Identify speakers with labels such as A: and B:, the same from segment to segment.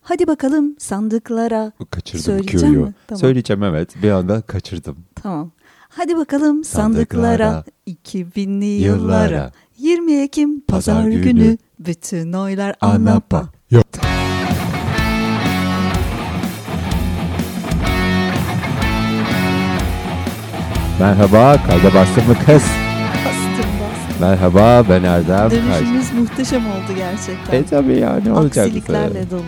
A: Hadi bakalım sandıklara.
B: Kaçırdım
A: Söyleyeceğim
B: Q'yu.
A: mi? Tamam.
B: Söyleyeceğim evet. Bir anda kaçırdım.
A: Tamam. Hadi bakalım sandıklara.
B: Sandıklara.
A: 2000'li
B: Yıllara.
A: yıllara. 20 Ekim pazar,
B: Pazar
A: günü.
B: günü.
A: Bütün oylar ANAP'a.
B: Anapa. Merhaba, kayda bastın mı kız?
A: Bastım bastım.
B: Merhaba, ben Erdem. Kayda.
A: Dönüşümüz muhteşem oldu gerçekten.
B: E tabii ya ne olacak?
A: Aksiliklerle dolu.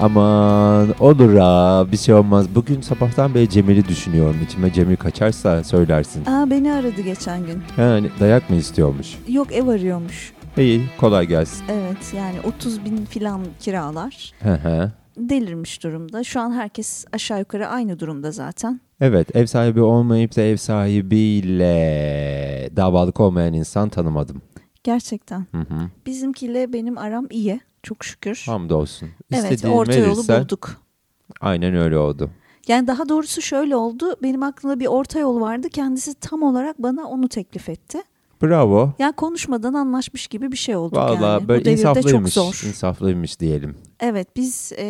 B: Aman olur ha bir şey olmaz. Bugün sabahtan beri Cemil'i düşünüyorum. İçime Cemil kaçarsa söylersin.
A: Aa beni aradı geçen gün.
B: Yani dayak mı istiyormuş?
A: Yok ev arıyormuş.
B: İyi kolay gelsin.
A: Evet yani 30 bin filan kiralar.
B: Hı hı.
A: Delirmiş durumda. Şu an herkes aşağı yukarı aynı durumda zaten.
B: evet ev sahibi olmayıp da ev sahibiyle davalık olmayan insan tanımadım.
A: Gerçekten.
B: Hı hı.
A: Bizimkiyle benim aram iyi. Çok şükür.
B: Hamdolsun.
A: evet
B: İstediğin
A: orta yolu
B: verirsen-
A: bulduk.
B: Aynen öyle oldu.
A: Yani daha doğrusu şöyle oldu. Benim aklımda bir orta yol vardı. Kendisi tam olarak bana onu teklif etti.
B: Bravo.
A: Yani konuşmadan anlaşmış gibi bir şey olduk
B: Valla
A: yani. Bu
B: böyle
A: devirde çok
B: insaflıymış.
A: zor.
B: insaflıymış diyelim.
A: Evet biz e,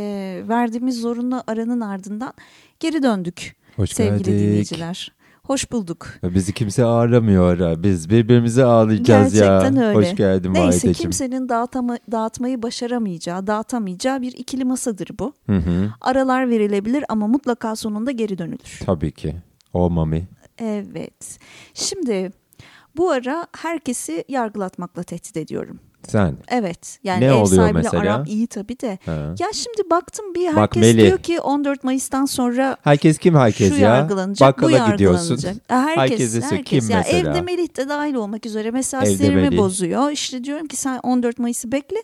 A: verdiğimiz zorunlu aranın ardından geri döndük
B: Hoş
A: sevgili
B: geldik.
A: dinleyiciler. Hoş bulduk.
B: Bizi kimse ağırlamıyor ha. Biz birbirimizi ağırlayacağız ya.
A: Gerçekten öyle.
B: Hoş geldin
A: Neyse
B: Vahideciğim.
A: kimsenin dağıtama, dağıtmayı başaramayacağı, dağıtamayacağı bir ikili masadır bu.
B: Hı hı.
A: Aralar verilebilir ama mutlaka sonunda geri dönülür.
B: Tabii ki. O mami.
A: Evet. Şimdi bu ara herkesi yargılatmakla tehdit ediyorum.
B: Sen.
A: Evet. Yani
B: Ne
A: ev
B: oluyor
A: sahibiyle
B: mesela?
A: aram iyi tabii de.
B: Ha.
A: Ya şimdi baktım bir herkes
B: Melih.
A: diyor ki 14 Mayıs'tan sonra
B: Herkes kim herkes
A: şu
B: ya?
A: yargılanacak, bu
B: Bakkala gidiyorsun.
A: yargılanacak. Ha, Herkes,
B: Herkese
A: herkes.
B: sö- kim
A: ya
B: mesela?
A: Evde Melih de dahil olmak üzere. Mesela
B: Evde
A: sinirimi
B: Melih.
A: bozuyor. İşte diyorum ki sen 14 Mayıs'ı bekle.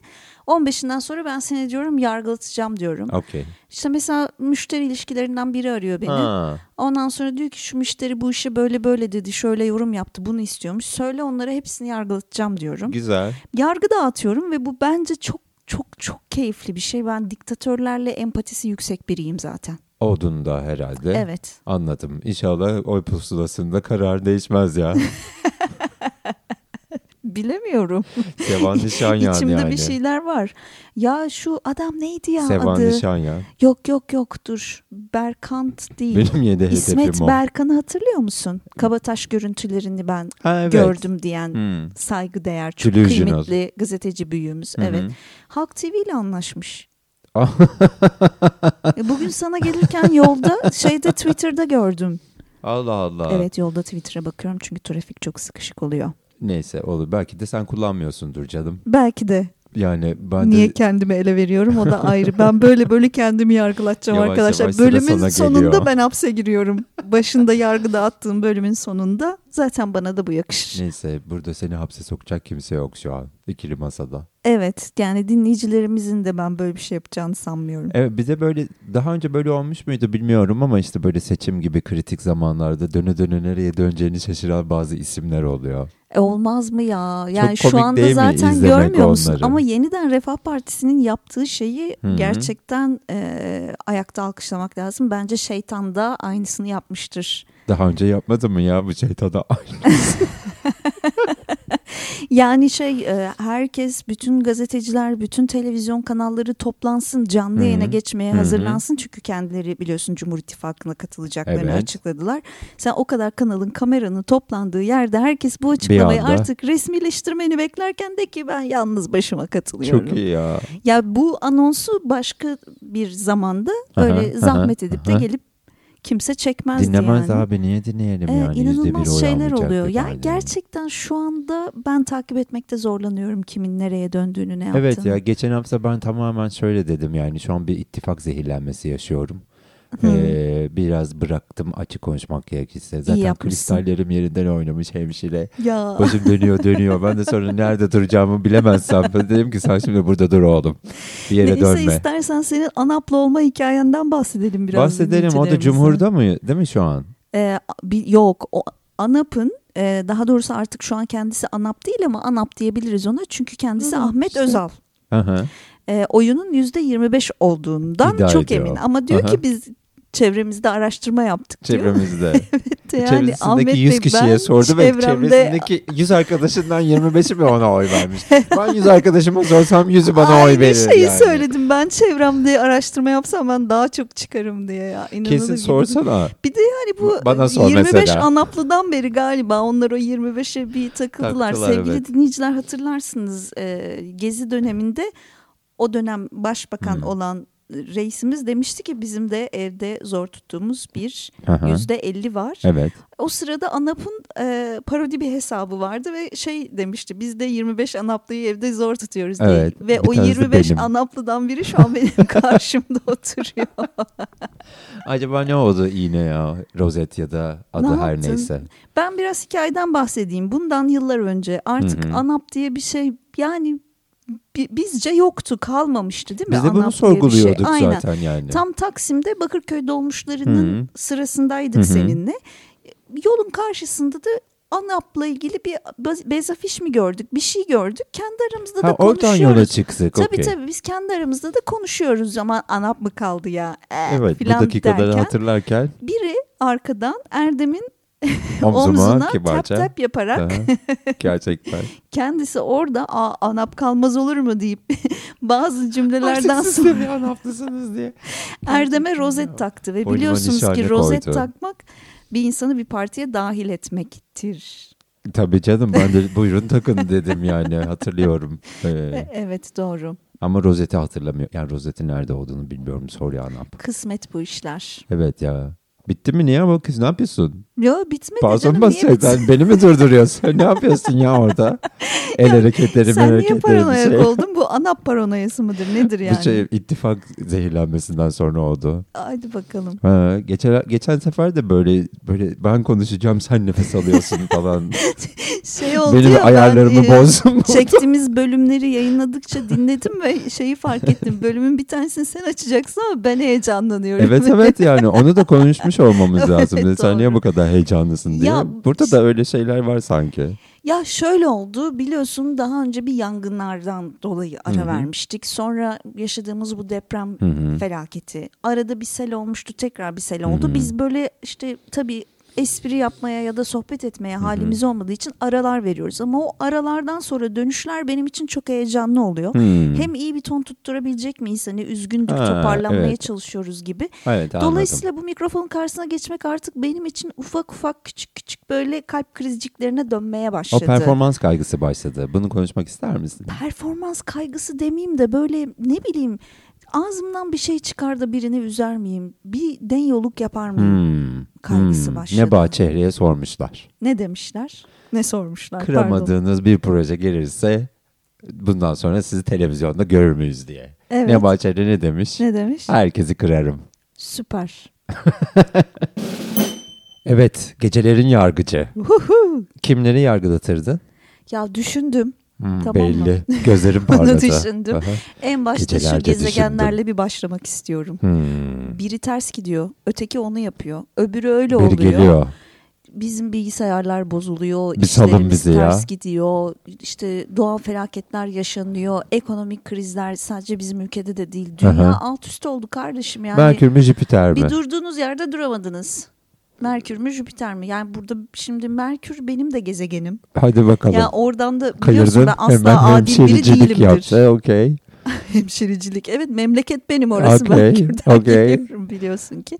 A: 15'inden sonra ben seni diyorum yargılatacağım diyorum.
B: Okey.
A: İşte mesela müşteri ilişkilerinden biri arıyor beni.
B: Ha.
A: Ondan sonra diyor ki şu müşteri bu işi böyle böyle dedi. Şöyle yorum yaptı. Bunu istiyormuş. Söyle onlara hepsini yargılatacağım diyorum.
B: Güzel.
A: Yargı dağıtıyorum ve bu bence çok çok çok keyifli bir şey. Ben diktatörlerle empatisi yüksek biriyim zaten.
B: Odun da herhalde.
A: Evet.
B: Anladım. İnşallah oy pusulasında karar değişmez ya.
A: Bilemiyorum.
B: Sevan Nişanyan
A: İçimde
B: yani.
A: bir şey şeyler var. Ya şu adam neydi ya
B: Sevan
A: adı?
B: Nişanyan.
A: Yok yok yok dur. Berkant değil.
B: Benim yedi hedefim
A: İsmet
B: o.
A: Berkan'ı hatırlıyor musun? Kabataş görüntülerini ben
B: Ha, evet.
A: gördüm diyen
B: Hmm.
A: saygıdeğer çok
B: Delusional.
A: kıymetli gazeteci büyüğümüz. Evet. Halk TV ile anlaşmış.
B: Ah.
A: E, Bugün sana gelirken yolda şeyde Twitter'da gördüm.
B: Allah Allah.
A: Evet yolda Twitter'a bakıyorum çünkü trafik çok sıkışık oluyor.
B: Neyse olur. Belki de sen kullanmıyorsundur canım.
A: Belki de
B: Yani ben
A: Niye
B: de
A: kendime ele veriyorum o da ayrı. Ben böyle böyle kendimi yargılatacağım
B: Yavaş
A: arkadaşlar.
B: yavaş sıra
A: bölümün
B: sana
A: sonunda
B: geliyor.
A: ben hapse giriyorum. Başında yargı dağıttığım bölümün sonunda zaten bana da bu yakışır.
B: Neyse burada seni hapse sokacak kimse yok şu an ikili masada.
A: Evet yani dinleyicilerimizin de ben böyle bir şey yapacağını sanmıyorum.
B: Evet bize E, böyle daha önce böyle olmuş muydu bilmiyorum ama işte böyle seçim gibi kritik zamanlarda döne döne nereye döneceğini şaşıran bazı isimler oluyor.
A: E, olmaz mı ya? Yani şu
B: komik
A: anda
B: değil mi
A: zaten
B: izlemek
A: görmüyor musun?
B: onları?
A: Ama yeniden Refah Partisi'nin yaptığı şeyi
B: Hı hı.
A: gerçekten e, ayakta alkışlamak lazım. Bence şeytan da aynısını yapmıştır.
B: Daha önce yapmadı mı ya bu şeytana?
A: Yani şey e, herkes bütün gazeteciler bütün televizyon kanalları toplansın canlı
B: Hı hı.
A: yayına geçmeye
B: Hı hı.
A: hazırlansın çünkü kendileri biliyorsun Cumhur İttifakı'na katılacaklarını
B: Evet.
A: açıkladılar. Sen o kadar kanalın kameranın toplandığı yerde herkes bu açıklamayı
B: anda.
A: artık resmileştirmeni beklerken de ki ben yalnız başıma katılıyorum.
B: Çok iyi ya.
A: Ya bu anonsu başka bir zamanda
B: Aha,
A: öyle
B: aha,
A: zahmet edip de
B: aha.
A: gelip kimse çekmezdi
B: Dinlemez
A: yani.
B: abi niye dinleyelim
A: Ee,
B: yani? Yüzde biri
A: inanılmaz
B: oy
A: şeyler
B: almayacak
A: oluyor.
B: bir
A: Ya
B: parti.
A: gerçekten şu anda ben takip etmekte zorlanıyorum kimin nereye döndüğünü ne yaptığını.
B: Evet ya geçen hafta ben tamamen şöyle dedim yani şu an bir ittifak zehirlenmesi yaşıyorum. Ee, biraz bıraktım açık konuşmak gerekirse. Zaten
A: yapmışsın.
B: kristallerim yerinden oynamış hemşire.
A: Ya
B: Başım dönüyor dönüyor. Ben de sonra nerede duracağımı bilemezsem ben dedim ki sen şimdi burada dur oğlum. Bir yere
A: neyse
B: dönme.
A: istersen senin anapla olma hikayenden bahsedelim biraz.
B: Bahsedelim o da
A: dinleyicilerimize.
B: Cumhur'da mı değil mi şu an?
A: Ee, bir, yok o anapın e, daha doğrusu artık şu an kendisi anap değil ama anap diyebiliriz ona çünkü kendisi
B: Hı,
A: Ahmet
B: işte.
A: Özal.
B: Hı hı.
A: e, oyunun yüzde 25 olduğundan
B: İddia
A: çok
B: ediyor.
A: emin. Ama diyor
B: Aha.
A: ki biz çevremizde araştırma yaptık diyor.
B: Çevremizde.
A: İşte yani
B: Çevresindeki
A: Ahmet Bey
B: 100 kişiye
A: ben
B: sordu ve
A: çevremde
B: çevresindeki 100 arkadaşından 25'i mi ona oy vermiş? Ben 100 arkadaşıma sorsam 100'ü bana oy
A: aynı
B: verir.
A: şeyi
B: yani.
A: söyledim ben çevremde araştırma yapsam ben daha çok çıkarım diye ya. İnanılır
B: Kesin
A: gibi
B: sorsana.
A: Bir de yani bu
B: Bana sor
A: 25
B: mesela.
A: Anaplı'dan beri galiba onlar o 25'e bir takıldılar.
B: Taktılar,
A: Sevgili
B: evet.
A: dinleyiciler hatırlarsınız e, Gezi döneminde o dönem başbakan
B: Hmm.
A: olan reisimiz demişti ki bizim de evde zor tuttuğumuz bir
B: Aha,
A: yüzde elli var.
B: Evet.
A: O sırada ANAP'ın e, parodi bir hesabı vardı ve şey demişti biz de 25 ANAP'lıyı evde zor tutuyoruz diye.
B: Evet,
A: ve
B: bir
A: o
B: tanesi
A: 25
B: benim.
A: ANAP'lıdan biri şu an benim karşımda oturuyor.
B: Acaba ne oldu iğne ya? Rozet ya da adı
A: Ne
B: her
A: yaptın?
B: neyse.
A: Ben biraz hikayeden bahsedeyim. Bundan yıllar önce artık
B: Hı hı.
A: ANAP diye bir şey yani bi- bizce yoktu kalmamıştı değil mi?
B: Biz de bunu
A: ANAP diye bir şey.
B: sorguluyorduk
A: Aynen.
B: zaten yani.
A: Tam Taksim'de Bakırköy dolmuşlarının
B: Hı hı.
A: sırasındaydık
B: Hı hı.
A: seninle. Yolun karşısında da ANAP'la ilgili bir bez- bezafiş mi gördük? Bir şey gördük. Kendi aramızda da
B: ha, oradan
A: konuşuyoruz.
B: yola çıktık.
A: Tabii
B: okey.
A: tabii biz kendi aramızda da konuşuyoruz ama ANAP mı kaldı ya? Eh,
B: Evet bu
A: filan
B: dakikaları
A: derken
B: hatırlarken
A: biri arkadan Erdem'in
B: omzuma
A: omzuna tap
B: kibarca.
A: tap yaparak
B: Aha, Gerçekten.
A: kendisi orada Aa, ANAP kalmaz olur mu deyip bazı cümlelerden
B: Artık siz
A: sonra
B: de bir anaflısınız diye.
A: Erdem'e rozet taktı ve
B: Boynuma
A: biliyorsunuz
B: nişane
A: ki rozet
B: koydu.
A: takmak bir insanı bir partiye dahil etmektir.
B: Tabii canım ben de buyurun takın dedim yani hatırlıyorum. Ee,
A: E, Evet doğru.
B: ama rozeti hatırlamıyor. Yani rozetin nerede olduğunu bilmiyorum sor ya anaf.
A: Kısmet bu işler.
B: Evet ya. Bitti mi niye ama kız ne yapıyorsun?
A: Yo bitmedi
B: Pardon şey
A: canım niye bitsin?
B: bahseden beni mi durduruyorsun? ne yapıyorsun ya orada? El hareketleri
A: Sen niye
B: hareketleri bir
A: paranoyak
B: şey.
A: oldun? Bu anap paranoyası mıdır nedir yani?
B: Bir şey ittifak zehirlenmesinden sonra oldu.
A: Haydi bakalım.
B: Ha, geçen, geçen sefer de böyle böyle ben konuşacağım sen nefes alıyorsun falan.
A: Şey oldu
B: Benim
A: ya, ben,
B: ayarlarımı
A: e,
B: bozdun mu?
A: Çektiğimiz bölümleri yayınladıkça dinledim ve şeyi fark ettim. Bölümün bir tanesini sen açacaksın ama ben heyecanlanıyorum.
B: Evet evet yani onu da konuşmuş olmamız lazım.
A: Evet,
B: Sen niye
A: doğru.
B: bu kadar heyecanlısın diye.
A: Ya,
B: Burada da öyle şeyler var sanki.
A: Ya şöyle oldu biliyorsun daha önce bir yangınlardan dolayı ara
B: Hı hı.
A: vermiştik. Sonra yaşadığımız bu deprem
B: Hı hı.
A: felaketi. Arada bir sel olmuştu tekrar bir sel oldu.
B: Hı hı.
A: Biz böyle işte tabii espri yapmaya ya da sohbet etmeye
B: hı.
A: halimiz olmadığı için aralar veriyoruz. Ama o aralardan sonra dönüşler benim için çok heyecanlı oluyor.
B: Hmm.
A: Hem iyi bir ton tutturabilecek miyiz? Hani üzgündük
B: Ha,
A: toparlanmaya
B: evet.
A: çalışıyoruz gibi.
B: evet, anladım.
A: Dolayısıyla bu mikrofonun karşısına geçmek artık benim için ufak ufak küçük küçük böyle kalp krizciklerine dönmeye
B: o
A: başladı.
B: performans kaygısı başladı. Bunu konuşmak ister misin?
A: Performans kaygısı demeyeyim de böyle ne bileyim ağzımdan bir şey çıkar da birini üzer miyim? Bir denyoluk yapar mıyım?
B: Hmm.
A: Kaygısı
B: hmm.
A: başladı.
B: Ne bahçehreye sormuşlar.
A: Ne demişler? Ne sormuşlar? Pardon.
B: Kıramadığınız bir proje gelirse bundan sonra sizi televizyonda görür müyüz diye.
A: Evet.
B: Ne bahçeli ne demiş?
A: Ne demiş?
B: Herkesi kırarım.
A: Süper.
B: Evet, gecelerin yargıcı.
A: Huhu.
B: Kimleri yargılatırdın?
A: Ya düşündüm.
B: Hmm,
A: Tamam mı?
B: belli. Gözlerim
A: Onu
B: parladı.
A: düşündüm.
B: Aha.
A: En başta şu
B: Gecelerce
A: gezegenlerle bir başlamak istiyorum.
B: Hmm.
A: Biri ters gidiyor, öteki onu yapıyor, öbürü öyle
B: Biri
A: oluyor.
B: geliyor.
A: bizim bilgisayarlar bozuluyor,
B: Bir salın
A: işlerimiz
B: bizi ya.
A: ters gidiyor, işte doğal felaketler yaşanıyor, ekonomik krizler sadece bizim ülkede de değil. Dünya
B: Aha.
A: alt üst oldu kardeşim yani.
B: Merkür mü Jüpiter mi?
A: Bir durduğunuz yerde duramadınız. Merkür mü Jüpiter mi? Yani burada şimdi Merkür benim de gezegenim.
B: Hadi bakalım.
A: Yani oradan da biliyorsun
B: Kayırdın
A: ben
B: hemen
A: asla adil biri
B: hemşericilik
A: değilimdir.
B: yaptı. Okey.
A: Hemşiricilik. Evet memleket benim orası.
B: Okey,
A: Merkür'den
B: okey.
A: geliyorum biliyorsun ki.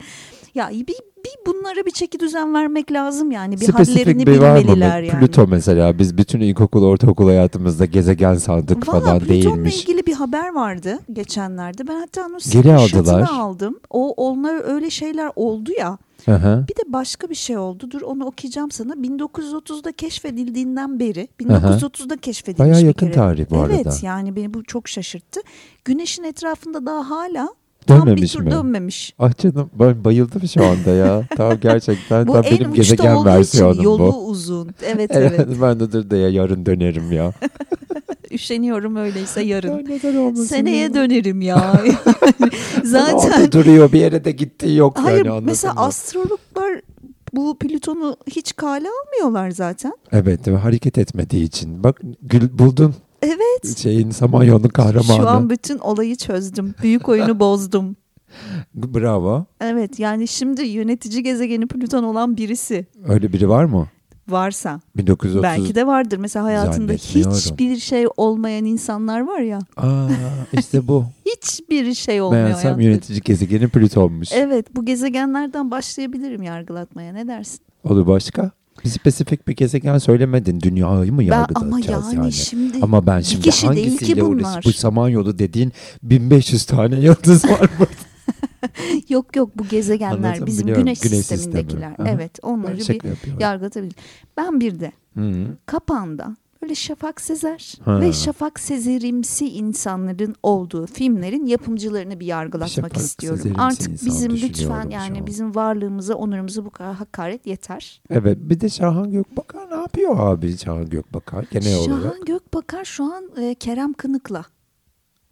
A: Ya bir, bir bunlara bir çeki düzen vermek lazım yani. Bir hallerini
B: Spesifik bir var mı?
A: bilmeliler yani.
B: Plüto mesela biz bütün ilkokul ortaokul hayatımızda gezegen sandık
A: Valla
B: falan
A: Plüton'la
B: değilmiş.
A: ilgili bir haber vardı geçenlerde. Ben hatta onu
B: aldılar.
A: screenshot'ını aldım. O onlar öyle şeyler oldu ya.
B: Hı hı.
A: Bir de başka bir şey oldu. Dur onu okuyacağım sana. 1930'da keşfedildiğinden beri 1930'da keşfedilmiş
B: Bayağı
A: bir
B: yakın
A: kere.
B: tarih bu arada.
A: Evet yani beni bu çok şaşırttı. Güneşin etrafında daha hala tam bir
B: Dönmemiş
A: tur
B: mi?
A: dönmemiş.
B: Ah canım ben bayıldım şu anda ya. tam gerçekten
A: Bu
B: tam
A: en
B: benim
A: uçta
B: gezegen
A: olduğu için
B: versiyonum
A: yolu
B: bu.
A: uzun. Evet evet.
B: Evet. ben de dur da ya yarın dönerim ya.
A: Üşeniyorum öyleyse
B: Ya
A: yarın.
B: neden olmasın ya?
A: Seneye dönerim ya.
B: Ama
A: Zaten
B: orada duruyor bir yere de gittiği yok
A: Hayır
B: yani anladın
A: mesela
B: mı?
A: astrologlar bu Plüton'u hiç kale almıyorlar zaten.
B: Evet değil mi? hareket etmediği için. Bak gül, buldun
A: Evet.
B: şeyin Samanyolu kahramanı.
A: Şu an bütün olayı çözdüm. Büyük oyunu bozdum.
B: Bravo.
A: Evet yani şimdi yönetici gezegeni Plüton olan birisi
B: Öyle biri var mı?
A: varsa
B: 1930.
A: belki de vardır. Mesela hayatında
B: Zannetmiyorum.
A: hiçbir şey olmayan insanlar var ya.
B: Aa, işte bu.
A: Hiçbir şey olmuyor
B: Meğersem
A: hayatında.
B: yönetici gezegeni Plüton'muş.
A: Evet bu gezegenlerden başlayabilirim yargılatmaya ne dersin?
B: Olur başka? Bir spesifik bir gezegen söylemedin. Dünyayı mı
A: ben, ama
B: yargılatacağız
A: yani,
B: yani?
A: şimdi
B: Ama ben
A: bir
B: şimdi
A: kişi değil
B: hangisiyle
A: ki bunlar.
B: uğraşayım? Bu Samanyolu dediğin 1500 tane yıldız var mı?
A: yok yok bu gezegenler
B: Anladım,
A: bizim
B: biliyorum.
A: güneş,
B: Güneş sistemi.
A: sistemindekiler.
B: Aha.
A: Evet onları bir
B: Şaka yapıyorum. Hmm.
A: yargılatabilirim. Ben bir de
B: Hı.
A: kapağında böyle Şafak Sezer
B: Ha.
A: ve Şafak Sezerimsi insanların olduğu filmlerin yapımcılarını bir yargılatmak
B: Şafak
A: istiyorum.
B: Sezerimsi
A: Artık
B: insan
A: bizim
B: düşünüyorum
A: lütfen
B: şu
A: yani
B: an.
A: bizim varlığımıza, onurumuza bu kadar hakaret yeter.
B: Evet bir de Şahan Gökbakar ne yapıyor abi Şahan Gökbakar genel olarak?
A: Şahan Gökbakar şu an e, Kerem Kınık'la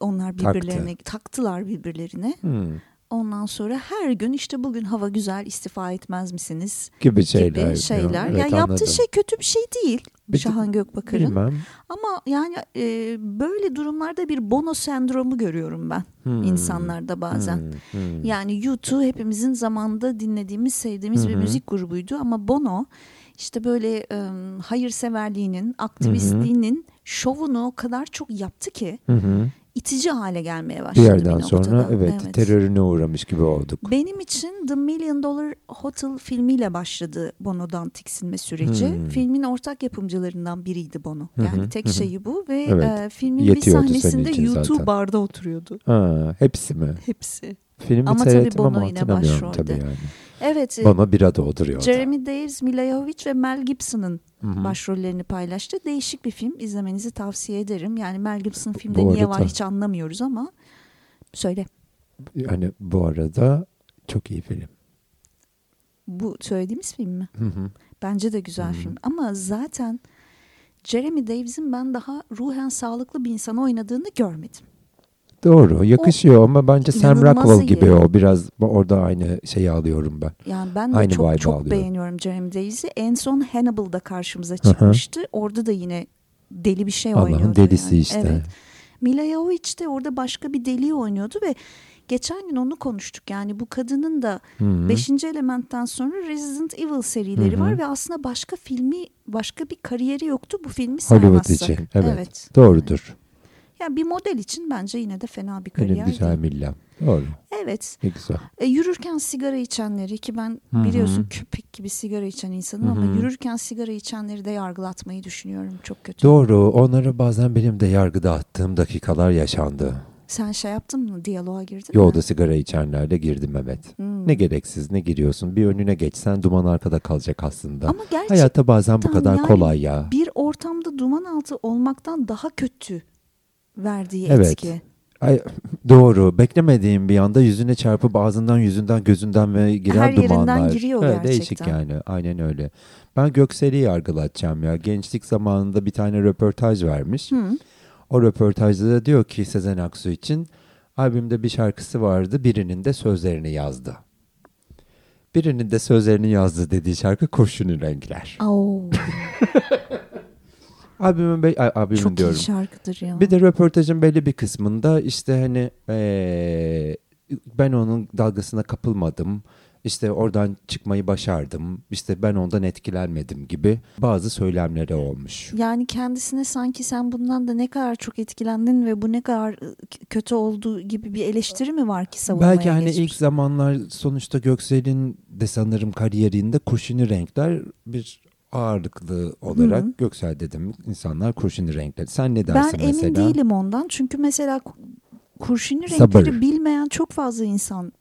A: onlar
B: Taktı.
A: birbirlerine taktılar birbirlerine.
B: Hı.
A: Ondan sonra her gün işte bugün hava güzel istifa etmez misiniz
B: Gibi şeyler.
A: gibi şeyler.
B: Evet,
A: ya yaptığı
B: anladım.
A: şey kötü bir şey değil
B: Bir-
A: Şahan Gökbakar'ın.
B: Bilmem.
A: Ama yani e, böyle durumlarda bir bono sendromu görüyorum ben
B: Hmm.
A: insanlarda bazen.
B: Hı, hı.
A: Yani U2 hepimizin zamanında dinlediğimiz, sevdiğimiz bir
B: Hı hı.
A: müzik grubuydu ama Bono işte böyle e, hayırseverliğinin, aktivistliğinin şovunu o kadar çok yaptı ki
B: Hı hı.
A: itici hale gelmeye başladı
B: Bir
A: bir
B: yerden
A: noktada.
B: sonra evet, terörüne uğramış gibi olduk.
A: Benim için The Million Dollar Hotel filmiyle başladı Bono'dan tiksinme süreci.
B: Hmm.
A: Filmin ortak yapımcılarından biriydi Bono.
B: Hı hı,
A: Yani tek
B: hı hı.
A: şeyi bu ve
B: Evet.
A: e, filmin
B: Yetiyordu
A: bir
B: senin
A: sahnesinde
B: için zaten.
A: YouTube barda oturuyordu
B: Ha, hepsi mi?
A: hepsi.
B: Filmi
A: Ama tabii
B: seyrettim ama
A: Bono yine
B: hatırlamıyorum
A: başrolde.
B: tabii yani.
A: Evet. e,
B: Bana bira dolduruyor. o da.
A: Jeremy Daves, Mila Jovovich ve Mel Gibson'ın
B: Hı hı.
A: başrollerini paylaştı. Değişik bir film. izlemenizi tavsiye ederim. Yani Mel Gibson
B: Bu
A: filmde niye
B: arada-
A: var hiç anlamıyoruz ama söyle.
B: Yani bu arada çok iyi film.
A: Bu söylediğimiz film mi?
B: Hı hı.
A: Bence de güzel
B: Hı.
A: film. Ama zaten Jeremy Daves'in ben daha ruhen sağlıklı bir insana oynadığını görmedim.
B: Doğru yakışıyor ama bence Sam
A: inanılmaz iyi.
B: Rockwell gibi o. Biraz bu- orada aynı şeyi alıyorum ben.
A: Yani ben de
B: Aynı vibe'ı
A: çok çok
B: alıyorum.
A: beğeniyorum Jeremy Daves'i. En son Hannibal'da karşımıza çıkmıştı. Orada da yine deli bir şey
B: Allah'ın
A: oynuyordu.
B: delisi
A: yani.
B: işte.
A: Evet. Mila Jovovich de orada başka bir deli oynuyordu ve geçen gün onu konuştuk. Yani bu kadının da
B: Hı hı.
A: Beşinci elementten sonra Resident Evil serileri
B: Hı hı.
A: var ve aslında başka filmi, başka bir kariyeri yoktu bu filmi
B: Hollywood
A: saymazsak.
B: için. Evet.
A: evet.
B: Doğrudur.
A: Yani bir model için bence yine de fena bir
B: Benim
A: kariyer
B: güzel
A: değil.
B: millam. Doğru.
A: Evet.
B: Ne güzel.
A: E, yürürken sigara içenleri ki ben
B: Hı hı.
A: biliyorsun köpek gibi sigara içen insanım
B: Hı
A: ama
B: hı.
A: yürürken sigara içenleri de yargılatmayı düşünüyorum. Çok kötü.
B: Doğru. Onlara bazen benim de yargıda attığım dakikalar yaşandı.
A: Sen şey yaptın mı? Diyaloğa girdin mi?
B: Yolda sigara içenlerle girdim evet.
A: Hmm.
B: Ne gereksiz ne giriyorsun. Bir önüne geçsen duman arkada kalacak aslında.
A: Ama gerçekten
B: Hayatta bazen bu kadar
A: yani
B: kolay ya.
A: bir ortamda duman altı olmaktan daha kötü verdiği
B: Evet.
A: etki.
B: Ay, doğru. Beklemediğim bir anda yüzüne çarpıp ağzından, yüzünden, gözünden ve giren
A: Her yerinden
B: dumanlar.
A: giriyor
B: Evet, Değişik
A: gerçekten.
B: yani. Aynen öyle. Ben Göksel'i yargılatacağım ya. Gençlik zamanında bir tane röportaj vermiş.
A: Hı.
B: O röportajda da diyor ki Sezen Aksu için albümde bir şarkısı vardı. Birinin de sözlerini yazdı. Birinin de sözlerini yazdı dediği şarkı Kurşun'un Renkler.
A: Oo,
B: Albümün, be- ay, albümün
A: çok
B: diyorum.
A: iyi şarkıdır ya.
B: Bir de röportajın belli bir kısmında işte hani eee, ben onun dalgasına kapılmadım. İşte oradan çıkmayı başardım. İşte ben ondan etkilenmedim gibi bazı söylemleri olmuş.
A: yani kendisine sanki sen bundan da ne kadar çok etkilendin ve bu ne kadar e, k- kötü olduğu gibi bir eleştiri mi var ki savunmaya
B: Belki hani
A: geçmiş?
B: ilk zamanlar sonuçta Göksel'in de sanırım kariyerinde kurşuni renkler bir ağırlıklı olarak
A: Hı.
B: Göksel dedim insanlar kurşuni renkler. Sen ne
A: ben
B: dersin
A: emin
B: mesela?
A: değilim ondan çünkü mesela ku- kurşunlu
B: Sabır.
A: renkleri bilmeyen çok fazla insan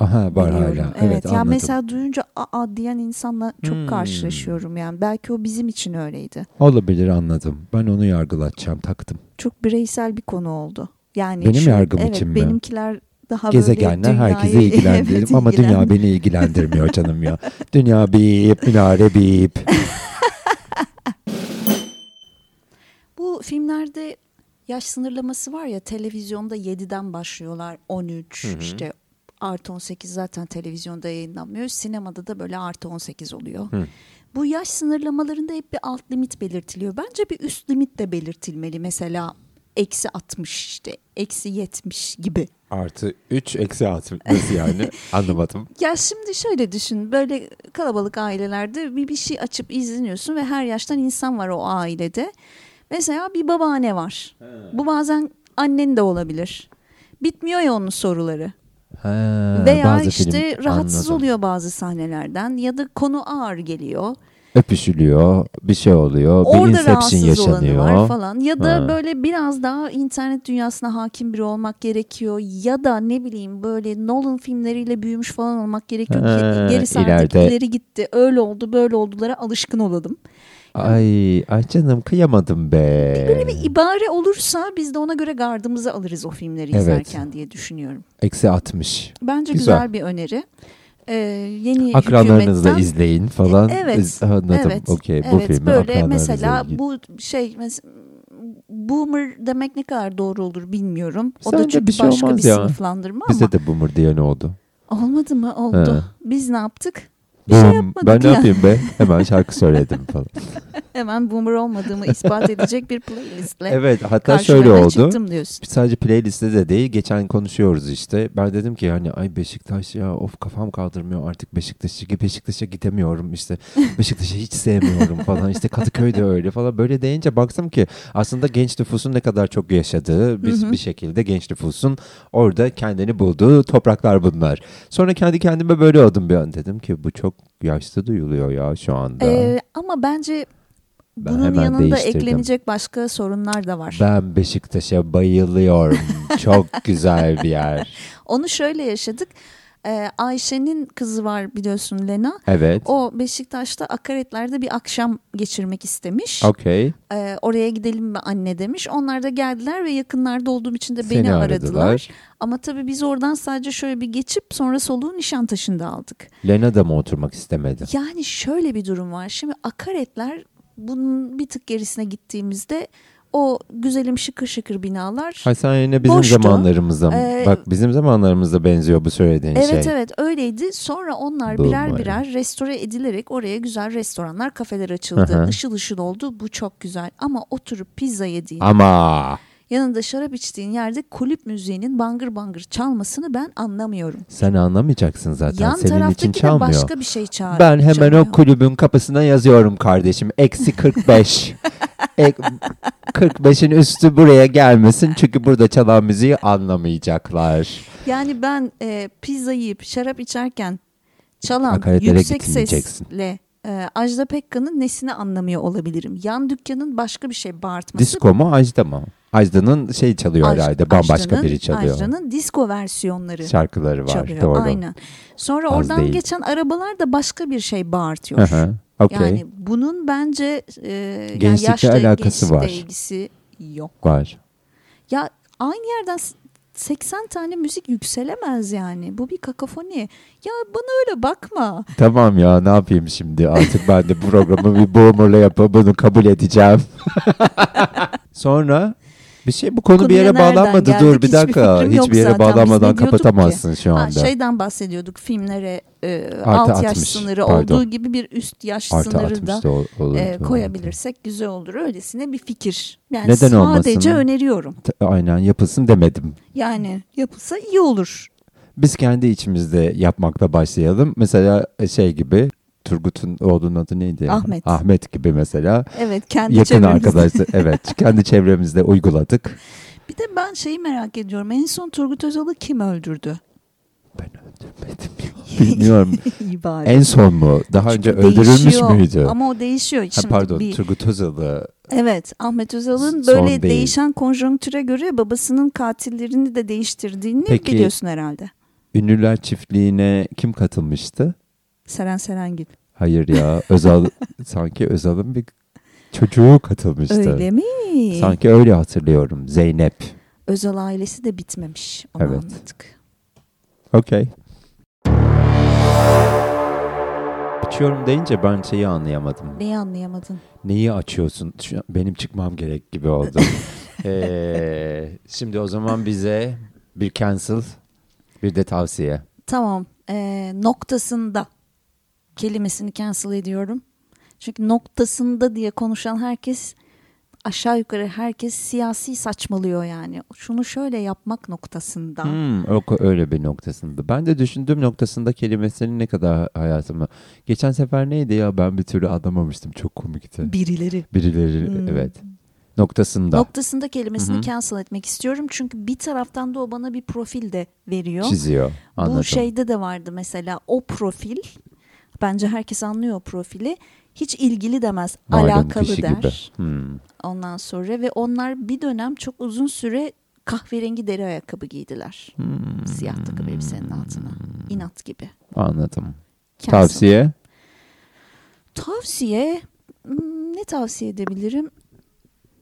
B: Aha var hala.
A: biliyorum.
B: Evet,
A: Evet, ya
B: anladım.
A: mesela duyunca aa diyen insanla çok
B: Hmm.
A: karşılaşıyorum yani belki o bizim için öyleydi.
B: Olabilir anladım. Ben onu yargılatacağım taktım.
A: Çok bireysel bir konu oldu. Yani
B: Benim
A: şu-
B: yargım
A: evet,
B: için mi?
A: Benimkiler daha
B: Gezegenler
A: böyle
B: herkese
A: dünyayı-
B: ilgilendirir
A: Evet,
B: ama dünya
A: ilgilendir-
B: beni ilgilendirmiyor canım ya. Dünya bip, minare bip.
A: Bu filmlerde yaş sınırlaması var ya televizyonda 7'den başlıyorlar 13
B: Hı hı.
A: işte artı 18 zaten televizyonda yayınlanmıyor. Sinemada da böyle artı 18 oluyor.
B: Hı.
A: Bu yaş sınırlamalarında hep bir alt limit belirtiliyor. Bence bir üst limit de belirtilmeli mesela eksi 60 işte eksi 70 gibi.
B: Artı 3 eksi 6 nasıl yani anlamadım.
A: Ya şimdi şöyle düşün böyle kalabalık ailelerde bir bir şey açıp izleniyorsun ve her yaştan insan var o ailede. Mesela bir babaanne var. Bu bazen annen de olabilir. Bitmiyor ya onun soruları.
B: Ha,
A: Veya
B: bazı film-
A: işte rahatsız
B: anladım.
A: oluyor bazı sahnelerden ya da konu ağır geliyor.
B: Öpüşülüyor, bir şey oluyor, bir
A: Orada
B: inception
A: rahatsız olanı var
B: yaşanıyor.
A: falan. Ya da
B: Ha.
A: böyle biraz daha internet dünyasına hakim biri olmak gerekiyor. Ya da ne bileyim böyle Nolan filmleriyle büyümüş falan olmak gerekiyor. ki
B: Ha,
A: Geri sardık,
B: ileride-
A: ileri gitti. Öyle oldu, böyle oldulara alışkın olalım.
B: Ay, ay canım kıyamadım be.
A: Böyle bir ibare olursa biz de ona göre gardımızı alırız o filmleri
B: Evet.
A: izlerken diye düşünüyorum.
B: Eksi 60.
A: Bence güzel,
B: Güzel.
A: bir öneri. Ee, yeni
B: Akranlarınızla
A: hükümetten- E,
B: izleyin falan.
A: Evet,
B: Biz- Anladım.
A: Evet.
B: Okey, E, bu
A: evet,
B: filmi
A: böyle
B: akranlarınızla
A: mesela
B: izleyin.
A: bu şey mes- boomer demek ne kadar doğru olur bilmiyorum. O da
B: Sence
A: çünkü
B: bir şey
A: başka
B: olmaz
A: bir
B: ya.
A: sınıflandırma ama
B: Bize de boomer diye ne oldu?
A: olmadı mı? Oldu.
B: He.
A: Biz ne yaptık? Bir şey
B: Boom.
A: yapmadık
B: ben ne
A: ya.
B: yapayım be? Hemen şarkı söyledim falan.
A: Hemen boomer olmadığımı ispat edecek bir playlistle
B: evet hatta
A: karşılarına
B: şöyle oldu.
A: çıktım diyorsun.
B: Sadece playlistte de değil geçen konuşuyoruz işte. Ben dedim ki hani ay Beşiktaş ya of kafam kaldırmıyor artık Beşiktaş'a Beşiktaş'a gidemiyorum işte. Beşiktaş'ı hiç sevmiyorum falan işte Kadıköy de öyle falan. Böyle deyince baktım ki aslında genç nüfusun ne kadar çok yaşadığı biz
A: Hı hı.
B: bir şekilde genç nüfusun orada kendini bulduğu topraklar bunlar. Sonra kendi kendime böyle oldum bir an dedim ki bu çok yaşlı duyuluyor ya şu anda.
A: Ee, ama bence
B: Ben
A: bunun
B: hemen
A: yanında
B: değiştirdim.
A: eklenecek başka sorunlar da var.
B: Ben Beşiktaş'a bayılıyorum. Çok güzel bir yer.
A: Onu şöyle yaşadık. Ee, Ayşe'nin kızı var biliyorsun Lena.
B: Evet.
A: O Beşiktaş'ta akaretlerde bir akşam geçirmek istemiş.
B: Okey.
A: Ee, oraya gidelim mi anne demiş. Onlar da geldiler ve yakınlarda olduğum için de beni
B: Seni
A: aradılar.
B: aradılar.
A: Ama tabii biz oradan sadece şöyle bir geçip sonra soluğu Nişantaşı'nda aldık.
B: Lena da mı oturmak istemedi?
A: Yani şöyle bir durum var. Şimdi akaretler bunun bir tık gerisine gittiğimizde o güzelim şıkır şıkır binalar.
B: Hay sen yine bizim
A: Boştu.
B: zamanlarımızda mı?
A: Ee,
B: Bak bizim zamanlarımızda benziyor bu söylediğin şey.
A: Evet evet öyleydi. Sonra onlar
B: Bu
A: birer
B: umarım.
A: birer restore edilerek oraya güzel restoranlar, kafeler
B: Hı
A: açıldı.
B: hı.
A: Işıl ışıl oldu. Bu çok güzel. Ama oturup pizza yediğin,
B: Ama
A: yanında şarap içtiğin yerde kulüp müziğinin bangır bangır çalmasını ben anlamıyorum.
B: sen anlamayacaksın zaten.
A: Yan
B: Senin için
A: taraftaki de
B: çalmıyor.
A: başka bir şey çağırıyor.
B: Ben hemen o kulübün kapısına yazıyorum kardeşim. Eksi 45. Ek- 45'in üstü buraya gelmesin çünkü burada çalan müziği anlamayacaklar.
A: Yani ben e, pizza yiyip şarap içerken çalan
B: Akaretlere
A: yüksek
B: gitmeyeceksin.
A: sesle e, Ajda Pekka'nın nesini anlamıyor olabilirim. Yan dükkanın başka bir şey bağırtması
B: Disko mu Ajda mı? Ajda'nın şey çalıyor
A: Aj-
B: herhalde bambaşka
A: Ajda'nın-
B: biri çalıyor.
A: Ajda'nın disco versiyonları
B: Şarkıları var
A: çalıyor.
B: doğru.
A: Aynen. Sonra
B: Az
A: oradan
B: değil.
A: geçen arabalar da başka bir şey bağırtıyor.
B: Hı hı, Okey
A: Yani bunun bence e, yani
B: Gençlikle
A: yaşla
B: alakası
A: gençlikle
B: var.
A: ilgisi yok.
B: var.
A: Ya aynı yerden s- 80 tane müzik yükselemez yani. Bu bir kakafoni. Ya bana öyle bakma.
B: Tamam ya ne yapayım şimdi artık ben de bu programı bir boomerla yapıp bunu kabul edeceğim. Sonra bir şey bu konu bir
A: Konuya
B: yere
A: nereden
B: bağlanmadı.
A: geldik?
B: Dur bir
A: Hiçbir
B: dakika.
A: fikrim yok
B: Hiçbir yere
A: zaten. Biz ne
B: bağlanmadan
A: diyorduk ki?
B: kapatamazsın şu
A: Ha, şey
B: anda.
A: şeyden bahsediyorduk filmlere e, alt
B: Artı
A: yaş
B: 60,
A: sınırı
B: pardon.
A: olduğu gibi bir üst yaş
B: Artı
A: sınırı
B: 60
A: da
B: da ol- olur.
A: e,
B: doğru.
A: koyabilirsek güzel olur. Öylesine bir fikir. Yani
B: Neden
A: sadece
B: olmasın?
A: öneriyorum.
B: Ta- Aynen yapılsın demedim.
A: Yani yapılsa iyi olur.
B: Biz kendi içimizde yapmakla başlayalım. Mesela şey gibi Turgut'un oğlunun adı neydi?
A: Ahmet.
B: Ahmet gibi mesela.
A: Evet kendi
B: Yakın
A: çevremizde.
B: arkadaşlar evet kendi çevremizde uyguladık.
A: Bir de ben şeyi merak ediyorum. En son Turgut Özal'ı kim öldürdü?
B: Ben öldürmedim. Bilmiyorum.
A: iyi bari.
B: en son mu? Daha
A: Çünkü
B: önce öldürülmüş
A: Hani değişiyor.
B: müydü?
A: Ama o değişiyor.
B: ha,
A: Şimdi
B: pardon
A: bir-
B: Turgut Özal'ı.
A: evet Ahmet Özal'ın
B: Son
A: böyle
B: değil.
A: değişen konjonktüre göre babasının katillerini de değiştirdiğini
B: Peki.
A: biliyorsun herhalde.
B: Ünlüler çiftliğine kim katılmıştı?
A: Seren Serengil.
B: Hayır ya Özal sanki Özal'ın bir çocuğu katılmıştı.
A: Öyle mi?
B: Sanki öyle hatırlıyorum. Zeynep.
A: Özal ailesi de bitmemiş. Onu
B: Evet.
A: anladık.
B: Okey. Açıyorum deyince ben şeyi anlayamadım.
A: Neyi anlayamadın?
B: Neyi açıyorsun? Şu- Benim çıkmam gerek gibi oldu. Ee, şimdi o zaman bize bir cancel, bir de tavsiye.
A: Tamam. Ee, noktasında kelimesini cancel ediyorum. Çünkü noktasında diye konuşan herkes aşağı yukarı herkes siyasi saçmalıyor yani. Şunu şöyle yapmak noktasında.
B: Hmm, o- öyle bir noktasında. Ben de düşündüğüm noktasında kelimesinin ne kadar hayatımı. Geçen sefer neydi ya ben bir türlü anlamamıştım. Çok komikti.
A: Birileri.
B: Birileri
A: Hmm.
B: evet noktasında
A: Noktasında kelimesini
B: Hı hı.
A: cancel etmek istiyorum. Çünkü bir taraftan da o bana bir profil de veriyor.
B: çiziyor. Anladım.
A: Bu şey şeyde de vardı mesela o profil. Bence herkes anlıyor o profili. Hiç ilgili demez,
B: Malum
A: alakalı
B: kişi
A: der.
B: gibi. Hmm.
A: Ondan sonra ve onlar bir dönem çok uzun süre kahverengi deri ayakkabı giydiler.
B: Hmm.
A: Siyah takım elbisenin altına. İnat gibi.
B: Anladım.
A: Cancel.
B: Tavsiye?
A: Tavsiye hmm, ne tavsiye edebilirim?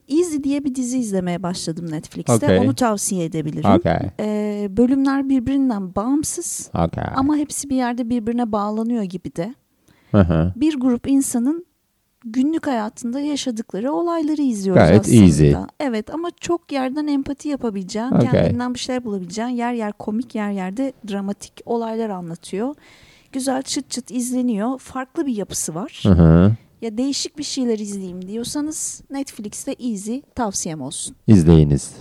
A: Easy diye bir dizi izlemeye başladım Netflix'te.
B: Okey.
A: Onu tavsiye edebilirim.
B: Okay.
A: Ee, bölümler birbirinden bağımsız
B: Okay.
A: ama hepsi bir yerde birbirine bağlanıyor gibi de.
B: Hı hı.
A: Bir grup insanın günlük hayatında yaşadıkları olayları izliyoruz
B: Gayet
A: aslında.
B: easy.
A: Evet ama çok yerden empati yapabileceğin,
B: Okey.
A: kendinden bir şeyler bulabileceğin, yer yer komik yer yerde dramatik olaylar anlatıyor. Güzel çıt çıt izleniyor. Farklı bir yapısı var.
B: Hı hı.
A: Ya değişik bir şeyler izleyeyim diyorsanız Netflix'te Easy tavsiyem olsun.
B: İzleyiniz.